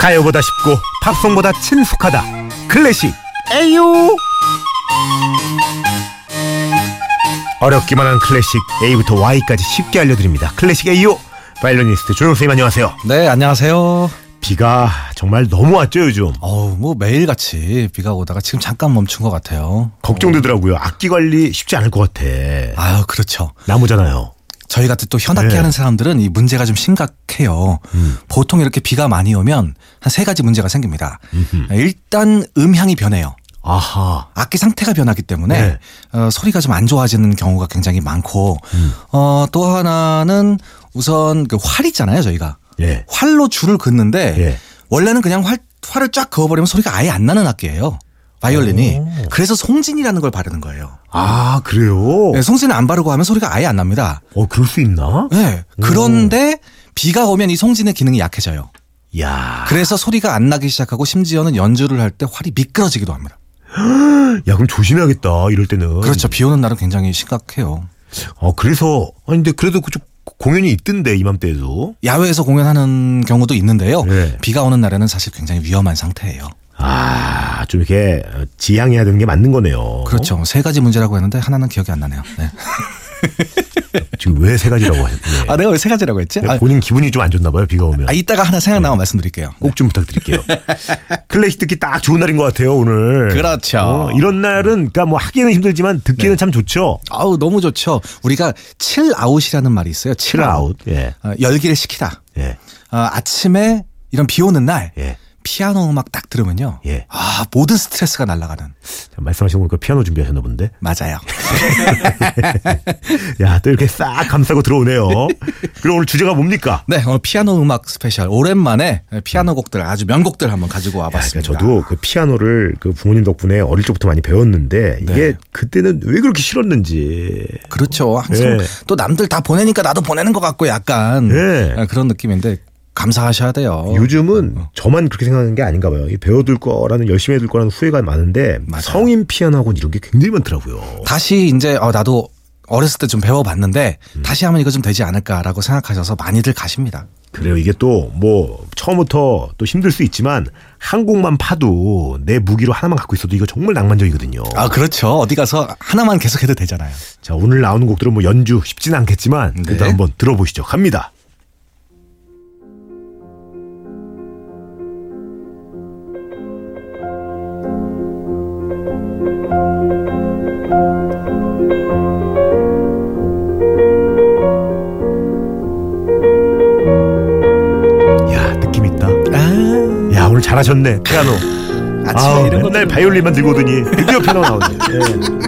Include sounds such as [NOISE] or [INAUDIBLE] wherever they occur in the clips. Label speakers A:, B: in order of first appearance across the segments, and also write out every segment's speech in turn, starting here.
A: 가요보다 쉽고 팝송보다 친숙하다 클래식 에이오 어렵기만 한 클래식 A부터 Y까지 쉽게 알려드립니다 클래식 에이오 바이올리니스트 조용 선생님 안녕하세요
B: 네, 안녕하세요.
A: 비가 정말 너무 왔죠 요즘
B: 어우, 뭐 매일같이 비가 오다가 지금 잠깐 멈춘 것 같아요.
A: 걱정되더라고요 악기 관리 쉽지 않을 것 같아
B: 아유, 그렇죠.
A: 나무잖아요
B: 저희 같은 또 현악기
A: 네. 음.
B: 하는 사람들은 이 문제가 좀 심각해요. 보통 이렇게 비가 많이 오면 한 세 가지 문제가 생깁니다. 일단 음향이 변해요.
A: 아하
B: 악기 상태가 변하기 때문에
A: 네.
B: 어, 소리가 좀 안 좋아지는 경우가 굉장히 많고
A: 음.
B: 어, 또 하나는 우선 그 활 있잖아요 저희가
A: 예
B: 활로 줄을 긋는데
A: 예.
B: 원래는 그냥 활, 활을 쫙 그어버리면 소리가 아예 안 나는 악기예요. 바이올린이.
A: 오.
B: 그래서 송진이라는 걸 바르는 거예요.
A: 아 그래요?
B: 네, 송진을 안 바르고 하면 소리가 아예 안 납니다.
A: 어 그럴 수 있나?
B: 네, 그런데 비가 오면 이 송진의 기능이 약해져요.
A: 야,
B: 그래서 소리가 안 나기 시작하고 심지어는 연주를 할 때 활이 미끄러지기도 합니다.
A: 야 그럼 조심해야겠다 이럴 때는.
B: 그렇죠. 비 오는 날은 굉장히 심각해요.
A: 어 그래서 아니 근데 그래도 그좀 공연이 있던데 이맘때에도.
B: 야외에서 공연하는 경우도 있는데요.
A: 네.
B: 비가 오는 날에는 사실 굉장히 위험한 상태예요.
A: 아, 좀 이렇게 지향해야 되는 게 맞는 거네요.
B: 그렇죠. 세 가지 문제라고 했는데 하나는 기억이 안 나네요. 네.
A: 지금 왜 세 가지라고 하셨요
B: 아, 내가 왜 세 가지라고 했지? [LAUGHS] 아,
A: 본인 기분이 좀 안 좋나 봐요 비가 오면.
B: 아, 이따가 하나 생각나면 말씀드릴게요.
A: 꼭 좀
B: [LAUGHS]
A: 부탁드릴게요. 클래식 듣기 딱 좋은 날인 것 같아요 오늘.
B: 그렇죠. 네.
A: 어, 이런 날은 그러니까 뭐 하기는 힘들지만 듣기는 참 좋죠.
B: 아우 너무 좋죠. 우리가 칠아웃이라는 말이 있어요. 칠아웃.
A: 칠아웃. 예.
B: 어, 열기를 식히다.
A: 예.
B: 어, 아침에 이런 비 오는 날
A: 예.
B: 피아노 음악 딱 들으면요.
A: 예.
B: 아 모든 스트레스가 날아가는.
A: 자, 말씀하신 거 보니까 피아노 준비하셨나 본데.
B: 맞아요.
A: 야, 또 이렇게 싹 감싸고
B: [LAUGHS]
A: 들어오네요. 그럼 오늘 주제가 뭡니까?
B: [LAUGHS] 네 오늘 피아노 음악 스페셜 오랜만에 피아노 곡들 아주 명곡들 한번 가지고
A: 그러니까
B: 와봤습니다.
A: 저도 그 피아노를 그 부모님 덕분에 어릴 적부터 많이 배웠는데
B: 네.
A: 이게 그때는 왜 그렇게 싫었는지.
B: 그렇죠.
A: 예.
B: 항상 또 남들 다 보내니까 나도 보내는 것 같고 약간
A: 예.
B: 아, 그런 느낌인데 감사하셔야 돼요. 어,
A: 요즘은 저만 그렇게 생각하는 게 아닌가 봐요. 이 배워둘 거라는 열심히 해둘 거라는 후회가 많은데
B: 맞아요.
A: 성인 피아노하고는 이런 게 굉장히 많더라고요.
B: 다시 이제 어, 나도 어렸을 때 좀 배워봤는데 다시 하면 이거 좀 되지 않을까라고 생각하셔서 많이들 가십니다.
A: 그래요. 이게 또 뭐 처음부터 또 힘들 수 있지만 한 곡만 파도 내 무기로 하나만 갖고 있어도 이거 정말 낭만적이거든요.
B: 아 그렇죠. 어디 가서 하나만 계속해도 되잖아요.
A: 자 오늘 나오는 곡들은 뭐 연주 쉽진 않겠지만
B: 네.
A: 일단 한번 들어보시죠. 갑니다. 야 느낌 있다.
B: 아
A: 야 오늘 잘하셨네 피아노.
B: [LAUGHS] 아침에 네.
A: 아우,
B: 이런 거
A: 맨날 바이올린만 들고 오더니 드디어 피아노
B: [LAUGHS]
A: 나오네.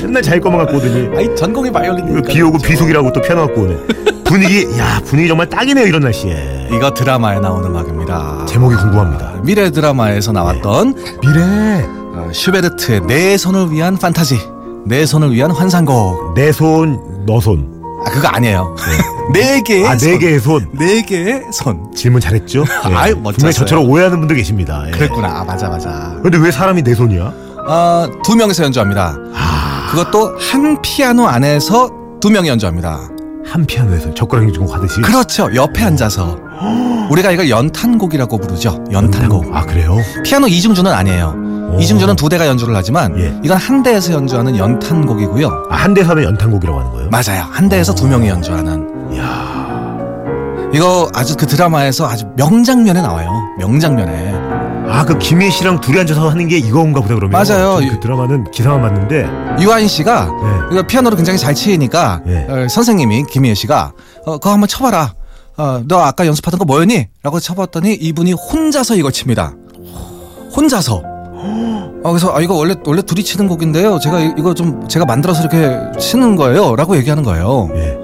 A: 예. 맨날 자기 것만 갖고 오더니.
B: 아이 전공이
A: 이거
B: 바이올린이니까.
A: 그
B: 그렇죠.
A: 비 오고 비속이라고 또 피아노 갖고
B: [LAUGHS]
A: 오네. 분위기, 야, 분위기 정말 딱이네요, 이런 날씨에.
B: 이거 드라마에 나온 음악입니다. 네.
A: 제목이 궁금합니다.
B: 미래 드라마에서 나왔던
A: 미래.
B: 어, 슈베르트의 내 손을 위한 판타지, 내 손을 위한 환상곡.
A: 내 손, 너 손.
B: 아 그거 아니에요. [LAUGHS] 네 개의
A: 아, 네
B: 손.
A: 개의 손.
B: 네 개의 손.
A: 질문 잘했죠? 예.
B: [LAUGHS] 아유,
A: 분명히
B: 멋졌어요.
A: 저처럼 오해하는 분들 계십니다. 예.
B: 그랬구나. 아, 맞아 맞아. 어,
A: 근데 왜 사람이 내 손이야?
B: 아두 명이서 연주합니다.
A: 아,
B: 그것도 한 피아노 안에서 두 명이 연주합니다.
A: 한 피아노에서 젓가락이 주고 가듯이.
B: 그렇죠. 옆에 앉아서 우리가 이걸 연탄곡이라고 부르죠. 연탄곡.
A: 아, 그래요?
B: 피아노 이중주는 아니에요. 이중주는 두 대가 연주를 하지만
A: 예.
B: 이건 한 대에서 연주하는 연탄곡이고요.
A: 아, 한 대사는 연탄곡이라고 하는 거예요?
B: 맞아요. 한 대에서 두 명이 연주하는.
A: 야
B: 이거 아주 그 드라마에서 아주 명장면에 나와요. 명장면에.
A: 아, 그 김희 씨랑 둘이 앉아서 하는 게 이거인가 보다, 그러면.
B: 맞아요.
A: 저그 드라마는 기사만 봤는데.
B: 유아인 씨가
A: 예.
B: 이거 그러니까 피아노를 굉장히 잘 치니까
A: 예.
B: 어, 선생님이 김희애 씨가 어, 그거 한번 쳐봐라. 어, 너 아까 연습하던 거 뭐였니? 라고 쳐봤더니 이분이 혼자서 이걸 칩니다. 혼자서. 어, 그래서 아, 이거 원래 원래 둘이 치는 곡인데요. 제가 이- 이거 좀 제가 만들어서 이렇게 치는 거예요.라고 얘기하는 거예요.
A: 예.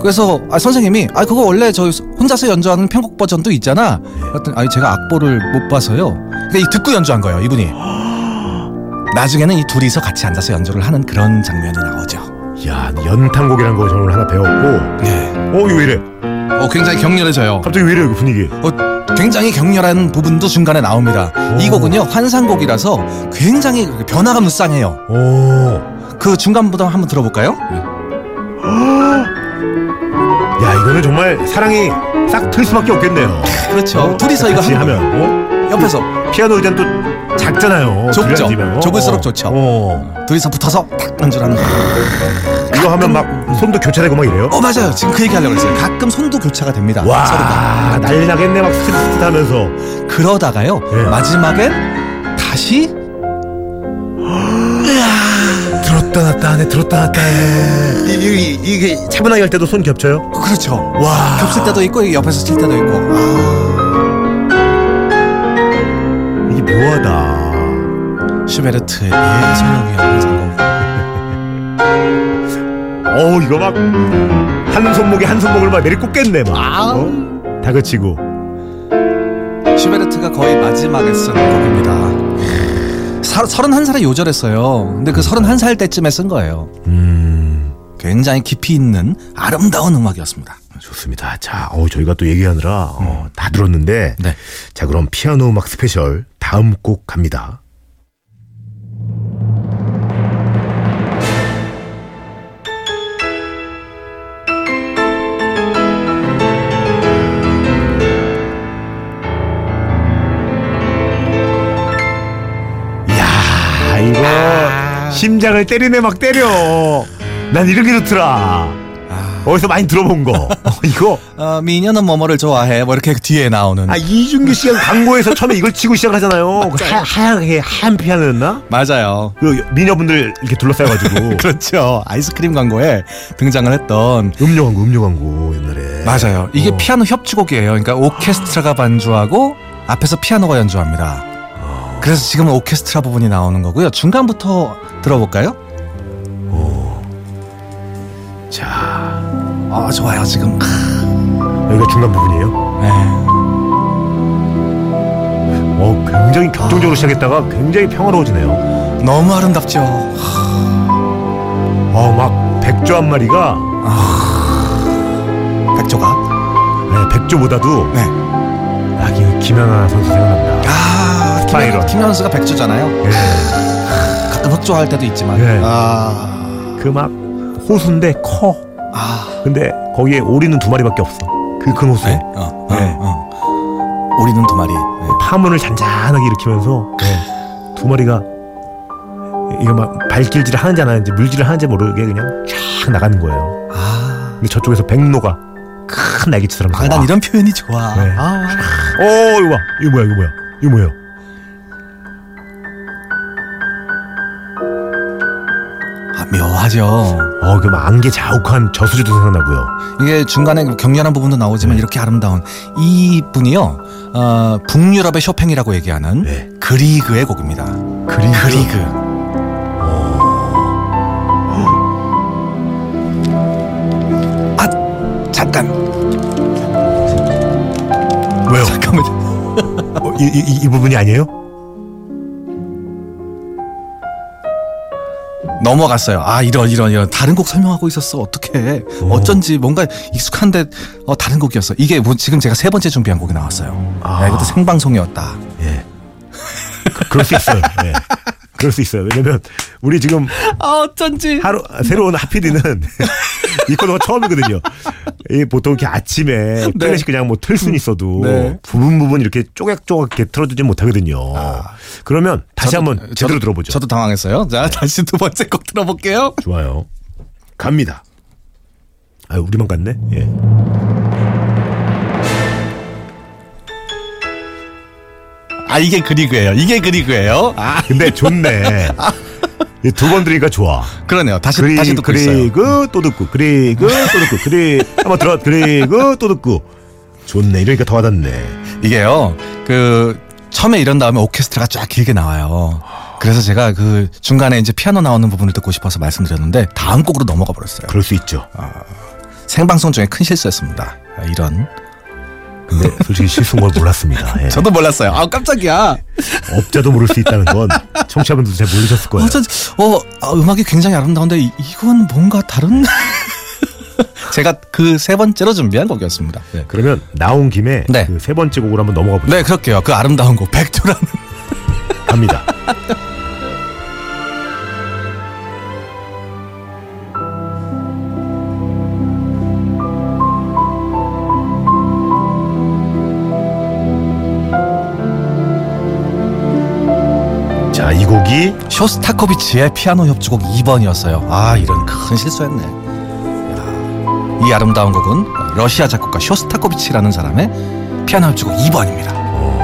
B: 그래서 아, 선생님이 아 그거 원래 저 혼자서 연주하는 편곡 버전도 있잖아. 그랬더니 아니 제가 악보를 못 봐서요. 근데 이 듣고 연주한 거예요 이분이. 나중에는 이 둘이서 같이 앉아서 연주를 하는 그런 장면이 나오죠.
A: 야, 연탄곡이라는 거 저는 오늘 하나 배웠고.
B: 네.
A: 어, 이거 왜 이래?
B: 어 굉장히 격렬해져요.
A: 갑자기 왜 이래, 이 분위기?
B: 어, 굉장히 격렬한 부분도 중간에 나옵니다. 이
A: 오.
B: 곡은요 환상곡이라서 굉장히 변화가 무쌍해요.
A: 오.
B: 그 중간부터 한번 들어볼까요?
A: 네. 야 이거는 정말 사랑이 싹 틀 수밖에 없겠네요.
B: 그렇죠. 둘이서 이거
A: 같이
B: 하면
A: 하면 어?
B: 옆에서
A: 피아노 의자는 또 작잖아요.
B: 좁죠.
A: 둘이 앉으면.
B: 좁을수록 좋죠.
A: 어.
B: 둘이서 붙어서 딱 연주하는 거.
A: 이거 하면 막 손도 교차되고 막 이래요.
B: 어 맞아요. 지금 그 얘기하려고 그랬어요. 가끔 손도 교차가 됩니다. 서로가.
A: 와 난리 나겠네 막 스트릿 하면서
B: 그러다가요.
A: 예.
B: 마지막엔 다시
A: 들었다 놨다 하네 들었다 놨다 해. 이, 이, 이게 차분하게 할 때도 손 겹쳐요?
B: 그렇죠.
A: 와
B: 겹칠 때도 있고 옆에서 칠 때도 있고. 아,
A: 이게 묘하다.
B: 슈베르트의 예술을 위한 장고.
A: 어 이거 막 한 손목에 한 손목을 막 내리 꽂겠네 막. 어? 다그치고
B: 슈베르트가 거의 마지막에 쓴 곡입니다. 사- 31살에 요절했어요. 근데 그 31살 때쯤에 쓴 거예요.
A: 음
B: 굉장히 깊이 있는 아름다운 음악이었습니다.
A: 좋습니다. 자, 어 저희가 또 얘기하느라 어, 다 들었는데
B: 네.
A: 자 그럼 피아노 음악 스페셜 다음 곡 갑니다. 이야 이거 심장을 때리네 막 때려. 난 이런 게 좋더라. 어디서 많이 들어본 [LAUGHS] 거. 어, 이거
B: 어, 미녀는 뭐뭐를 좋아해. 뭐 이렇게 뒤에 나오는.
A: 아 이준규 씨가 광고에서 처음에 이걸 치고 시작하잖아요. 그 하, 하얗게 하얀 피아노였나?
B: 맞아요.
A: 그 미녀분들 이렇게 [LAUGHS] 둘러싸여가지고
B: 그렇죠. 아이스크림 광고에 등장을 했던.
A: 음료 광고, 음료 광고
B: 네.
A: 옛날에
B: 맞아요. 이게
A: 어.
B: 피아노 협주곡이에요. 그러니까 오케스트라가 반주하고 앞에서 피아노가 연주합니다. 그래서 지금은 오케스트라 부분이 나오는 거고요. 중간부터 들어볼까요?
A: 자
B: 아 좋아요 지금.
A: 여기가 중간 어, 부분이에요.
B: 네.
A: 어 굉장히 격정적으로 시작했다가 굉장히 평화로워지네요.
B: 너무 아름답죠.
A: 어막 백조 한 마리가
B: 아. 백조가.
A: 네, 백조보다도
B: 네.
A: 아, 기- 김연아 선수 생각난다. 예,
B: 아
A: 파이런.
B: 김현, 김현수가 백조잖아요. 가끔 흑조할 때도 있지만.
A: 네.
B: 아.
A: 그 막 호수인데 커.
B: 아.
A: 근데 거기에 오리는 두 마리밖에 없어. 그 큰 호수에
B: 네. 어. 어,
A: 네.
B: 어. 우리는 두 마리. 네.
A: 파문을 잔잔하게 일으키면서 두 마리가 이거 막 발길질을 하는지 안 하는지 물질을 하는지 모르게 그냥 쫙 나가는 거예요.
B: 아.
A: 근데 저쪽에서 백로가 큰 날개치처럼
B: 아, 난 이런 표현이 좋아.
A: 네.
B: 아.
A: 어 이거 봐 이거 뭐야 이거 뭐야 이거 뭐예요?
B: 아, 묘하죠.
A: 어 이거 막 안개 자욱한 저수지도 생각나고요.
B: 이게 중간에 격렬한 부분도
A: 네.
B: 나오지만 이렇게 아름다운 이 분이요. 어, 북유럽의 쇼팽이라고 얘기하는
A: 네.
B: 그리그의 곡입니다.
A: 그리그.
B: 그리그. 아, 잠깐.
A: 왜요?
B: 잠깐만.
A: 어, 이, 이, 이- 이 부분이 아니에요?
B: 넘어갔어요. 아, 이런 이런 이런 다른 곡 설명하고 있었어. 어떻게?
A: 오.
B: 어쩐지 뭔가 익숙한데 어, 다른 곡이었어. 이게 뭐 지금 제가 세 번째 준비한 곡이 나왔어요.
A: 아.
B: 야, 이것도 생방송이었다.
A: 예. 그- 그럴 수 있어요. 예. 그럴 수 있어요. 왜냐면 우리 지금
B: 아, 어쩐지.
A: 하루 새로운 하피디는 [LAUGHS] 이 코너가 처음이거든요. 이 보통 이렇게 아침에 클래식 그냥 뭐 틀 순 있어도
B: 네.
A: 부분 부분 이렇게 쪼각쪼각 이렇게 틀어주지 못하거든요. 그러면 다시
B: 아. 저도-
A: 한번 제대로
B: 저도-
A: 들어보죠.
B: 저도 당황했어요. 자, 다시 두 번째 곡 들어볼게요.
A: 좋아요. 갑니다. 아 우리만 갔네. 예.
B: 아, 이게 그리그예요. 이게 그리그예요. 아,
A: 근데 좋네. 두 번 들으니까 좋아.
B: 그러네요. 다시
A: 그리,
B: 다시 듣고 있어요.
A: 그리고 또 듣고 그리고 또 듣고 그리 한번 들어 그리고 또 듣고 좋네. 이러니까 더 와닿네.
B: 이게요. 그 처음에 이런 다음에 오케스트라가 쫙 길게 나와요. 그래서 제가 그 중간에 이제 피아노 나오는 부분을 듣고 싶어서 말씀드렸는데 다음 곡으로 넘어가 버렸어요.
A: 그럴 수 있죠.
B: 아. 생방송 중에 큰 실수였습니다. 아, 이런.
A: 근데 솔직히 실수인 걸 몰랐습니다. 예.
B: 저도 몰랐어요. 아, 깜짝이야.
A: 업자도 모를 수 있다는 건 청취자분들도 잘 모르셨을 거예요.
B: 어, 전, 어 아, 음악이 굉장히 아름다운데 이- 이건 뭔가 다른. [LAUGHS] 제가 그 세 번째로 준비한 곡이었습니다. 네.
A: 그러면 나온 김에
B: 네.
A: 그 세 번째 곡으로 한번 넘어가 보죠.
B: 네, 그럴게요. 그 아름다운 곡 백조라는
A: 갑니다. [LAUGHS] 이 곡이
B: 쇼스타코비치의 피아노 협주곡 2번이었어요. 아 이런 큰 실수했네. 야, 이 아름다운 곡은 러시아 작곡가 쇼스타코비치라는 사람의 피아노 협주곡 2번입니다.
A: 어.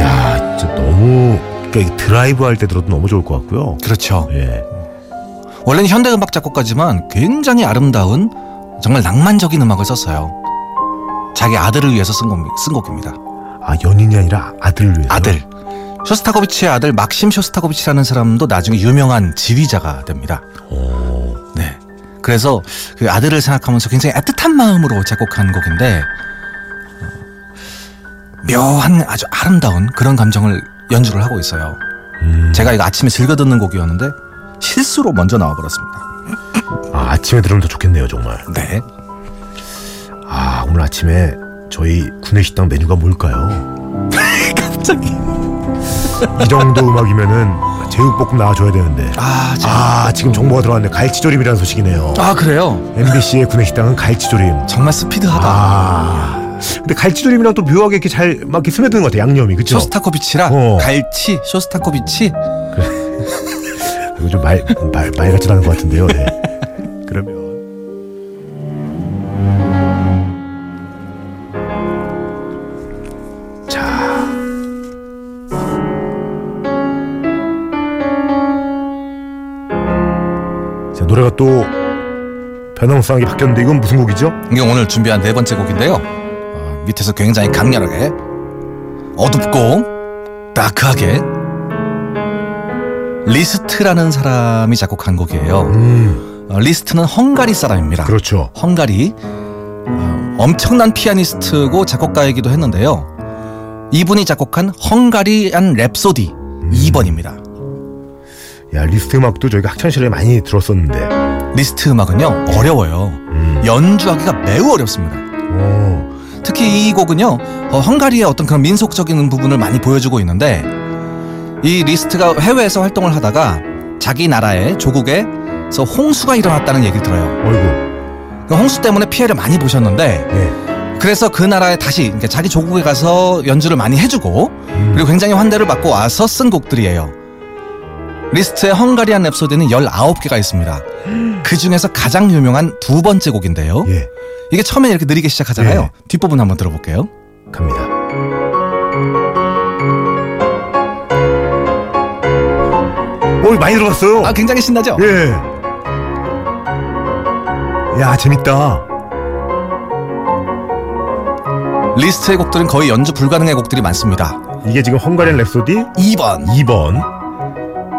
A: 야 진짜 너무 그러니까 이 드라이브 할 때 들어도 너무 좋을 것 같고요.
B: 그렇죠.
A: 예.
B: 원래는 현대 음악 작곡가지만 굉장히 아름다운 정말 낭만적인 음악을 썼어요. 자기 아들을 위해서 쓴, 겁, 쓴 곡입니다.
A: 아 연인이 아니라 아들을 위해서.
B: 아들 쇼스타코비치의 아들 막심 쇼스타코비치라는 사람도 나중에 유명한 지휘자가 됩니다.
A: 오.
B: 네. 그래서 그 아들을 생각하면서 굉장히 애틋한 마음으로 작곡한 곡인데 어, 묘한 아주 아름다운 그런 감정을 연주를 하고 있어요.
A: 음.
B: 제가 이거 아침에 즐겨 듣는 곡이었는데 실수로 먼저 나와버렸습니다.
A: 아, 아침에 들으면 더 좋겠네요 정말.
B: 네.
A: 아 오늘 아침에 저희 구내식당 메뉴가 뭘까요?
B: [LAUGHS] 갑자기.
A: 이 정도 음악이면은 제육볶음 나와줘야 되는데.
B: 아, 제... 아,
A: 아 지금 정보가 들어왔네. 갈치조림이라는 소식이네요.
B: 아 그래요.
A: MBC의 구내식당은 갈치조림.
B: 정말 스피드하다.
A: 아. 근데 갈치조림이랑 또 묘하게 이렇게 잘막 이렇게 스며드는 것 같아 양념이 그죠?
B: 쇼스타코비치랑
A: 어.
B: 갈치, 쇼스타코비치.
A: 이거 좀말말말 같지도 않은 것 같은데요. 네. [LAUGHS] 그러면 자 자, 노래가 또 변함없이 바뀌었는데 이건 무슨 곡이죠?
B: 이게 오늘 준비한 네 번째 곡인데요. 어, 밑에서 굉장히 강렬하게 어둡고 다크하게 리스트라는 사람이 작곡한 곡이에요.
A: 음
B: 어, 리스트는 헝가리 사람입니다.
A: 그렇죠.
B: 헝가리 어, 엄청난 피아니스트고 작곡가이기도 했는데요. 이분이 작곡한 헝가리안 랩소디 2번입니다.
A: 야 리스트 음악도 저희가 학창 시절에 많이 들었었는데.
B: 리스트 음악은요 어려워요.
A: 음.
B: 연주하기가 매우 어렵습니다.
A: 예. 오.
B: 특히 이 곡은요 어, 헝가리의 어떤 그런 민속적인 부분을 많이 보여주고 있는데 이 리스트가 해외에서 활동을 하다가 자기 나라의 조국에서 홍수가 일어났다는 얘기를 들어요.
A: 어이구.
B: 그 홍수 때문에 피해를 많이 보셨는데
A: 예.
B: 그래서 그 나라에 다시 그러니까 자기 조국에 가서 연주를 많이 해주고
A: 음.
B: 그리고 굉장히 환대를 받고 와서 쓴 곡들이에요. 리스트의 헝가리안 랩소디는 19개가 있습니다. 그 중에서 가장 유명한 두 번째 곡인데요.
A: 예.
B: 이게 처음에 이렇게 느리게 시작하잖아요.
A: 예.
B: 뒷부분 한번 들어볼게요.
A: 갑니다. 오, 많이 들어봤어요.
B: 아, 굉장히 신나죠?
A: 예. 야, 재밌다.
B: 리스트의 곡들은 거의 연주 불가능의 곡들이 많습니다.
A: 이게 지금 헝가리안 랩소디
B: 2번.
A: 2번.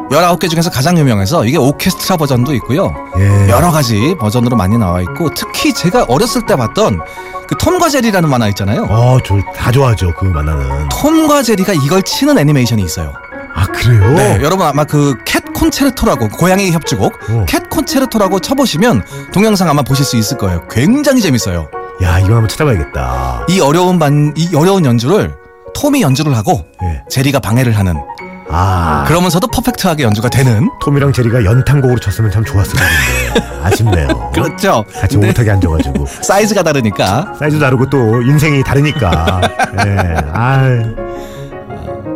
B: 19개 중에서 가장 유명해서 이게 오케스트라 버전도 있고요.
A: 예.
B: 여러 가지 버전으로 많이 나와 있고 특히 제가 어렸을 때 봤던 그 톰과 제리라는 만화 있잖아요.
A: 어, 저 다 좋아하죠. 그 만나는.
B: 톰과 제리가 이걸 치는 애니메이션이 있어요.
A: 아, 그래요?
B: 네, 여러분 아마 그 캣 콘체르토라고 고양이 협주곡
A: 어.
B: 캣 콘체르토라고 쳐보시면 동영상 아마 보실 수 있을 거예요. 굉장히 재밌어요.
A: 야, 이건 한번 찾아봐야겠다.
B: 이 어려운 반, 이 어려운 연주를 톰이 연주를 하고
A: 예.
B: 제리가 방해를 하는
A: 아,
B: 그러면서도 퍼펙트하게 연주가 되는
A: 톰이랑 제리가 연탄곡으로 쳤으면 참 좋았을 텐데. 아쉽네요.
B: [LAUGHS] 그렇죠.
A: 같이
B: 근데
A: 못하게 앉아가지고.
B: 사이즈가 다르니까
A: 사이즈 다르고 또 인생이 다르니까. 예. 아,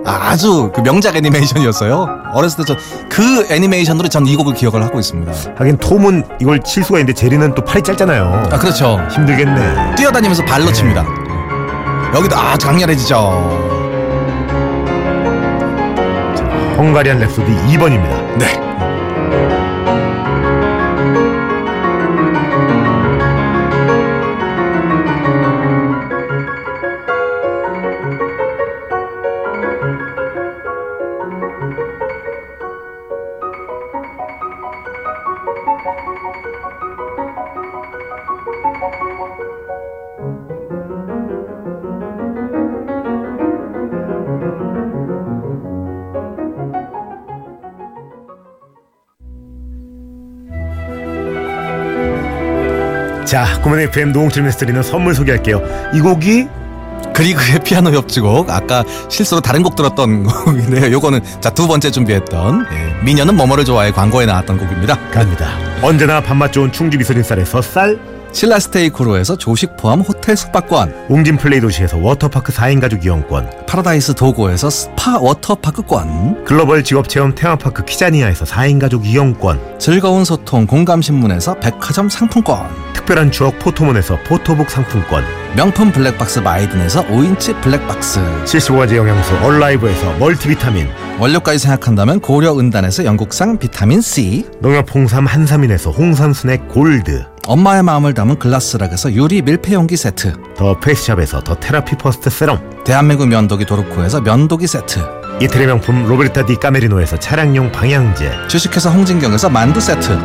B: 아주 그 명작 애니메이션이었어요. 어렸을 때 전 그 애니메이션으로 전 이 곡을 기억을 하고 있습니다.
A: 하긴 톰은 이걸 칠 수가 있는데 제리는 또 팔이 짧잖아요.
B: 아 그렇죠.
A: 힘들겠네.
B: 뛰어다니면서 발로 칩니다. 여기도 아주 강렬해지죠.
A: 헝가리안 랩소디 2번입니다.
B: 네.
A: 자, 고민 FM 노홍철 메스터리는 선물 소개할게요. 이 곡이
B: 그리그의 피아노 협주곡 아까 실수로 다른 곡 들었던 [LAUGHS] 곡인데요. 요거는 자 두 번째 준비했던
A: 네,
B: 예, 미녀는 뭐뭐를 좋아해 광고에 나왔던 곡입니다.
A: 갑니다. 언제나 밥맛 좋은 충주 미소린 쌀에서 쌀,
B: 신라스테이크로에서 조식 포함 호텔 숙박권,
A: 웅진 플레이 도시에서 워터파크 4인 가족 이용권,
B: 파라다이스 도고에서 스파 워터파크권,
A: 글로벌 직업 체험 테마파크 키자니아에서 4인 가족 이용권,
B: 즐거운 소통 공감신문에서 백화점 상품권,
A: 특별한 추억 포토몬에서 포토북 상품권,
B: 명품 블랙박스 마이든에서 5인치 블랙박스,
A: 실수화제 영양소 얼라이브에서 멀티비타민,
B: 원료까지 생각한다면 고려은단에서 영국산 비타민C,
A: 농협 홍삼 한삼인에서 홍삼 스낵 골드,
B: 엄마의 마음을 담은 글라스락에서 유리 밀폐용기 세트,
A: 더 페이스샵에서 더 테라피 퍼스트 세럼,
B: 대한민국 면도기 도르코에서 면도기 세트,
A: 이태리 명품 로베르타 디 까메리노에서 차량용 방향제,
B: 주식회사 홍진경에서 만두 세트,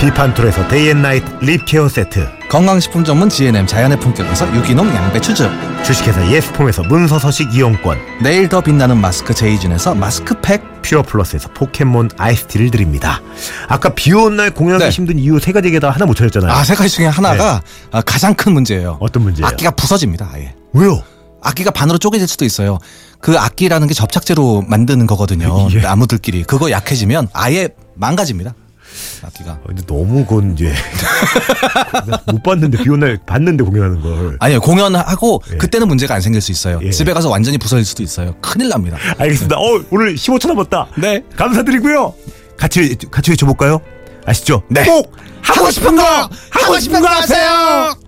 A: 비판툴에서 데이앤나이트 립케어 세트,
B: 건강식품 전문 GNM 자연의 품격에서 유기농 양배추즙,
A: 주식회사 예스폼에서 문서서식 이용권,
B: 내일 더 빛나는 마스크 제이준에서 마스크팩,
A: 퓨어플러스에서 포켓몬 아이스티를 드립니다. 아까 비 오는 날 공연하기
B: 네.
A: 힘든 이유 세 가지 게다 하나 못 찾았잖아요.
B: 아, 세 가지 중에 하나가 아, 가장 큰 문제예요.
A: 네. 어떤 문제예요?
B: 악기가 부서집니다, 아예.
A: 왜요?
B: 악기가 반으로 쪼개질 수도 있어요. 그 악기라는 게 접착제로 만드는 거거든요.
A: [LAUGHS] 예.
B: 나무들끼리. 그거 약해지면 아예 망가집니다. 악기가.
A: 어, 근데 너무 그건 이제 [LAUGHS] 못 봤는데 비 오는 날 봤는데 공연하는 걸.
B: 아니요, 공연하고 그때는 문제가 안 생길 수 있어요.
A: 예.
B: 집에 가서 완전히 부서질 수도 있어요. 큰일 납니다.
A: 알겠습니다. 어, 오늘 15초 남았다.
B: 네.
A: 감사드리고요. 같이 같이 외쳐볼까요? 아시죠?
B: 네.
A: 꼭 하고 싶은 거
B: 하고 싶은 거 하세요!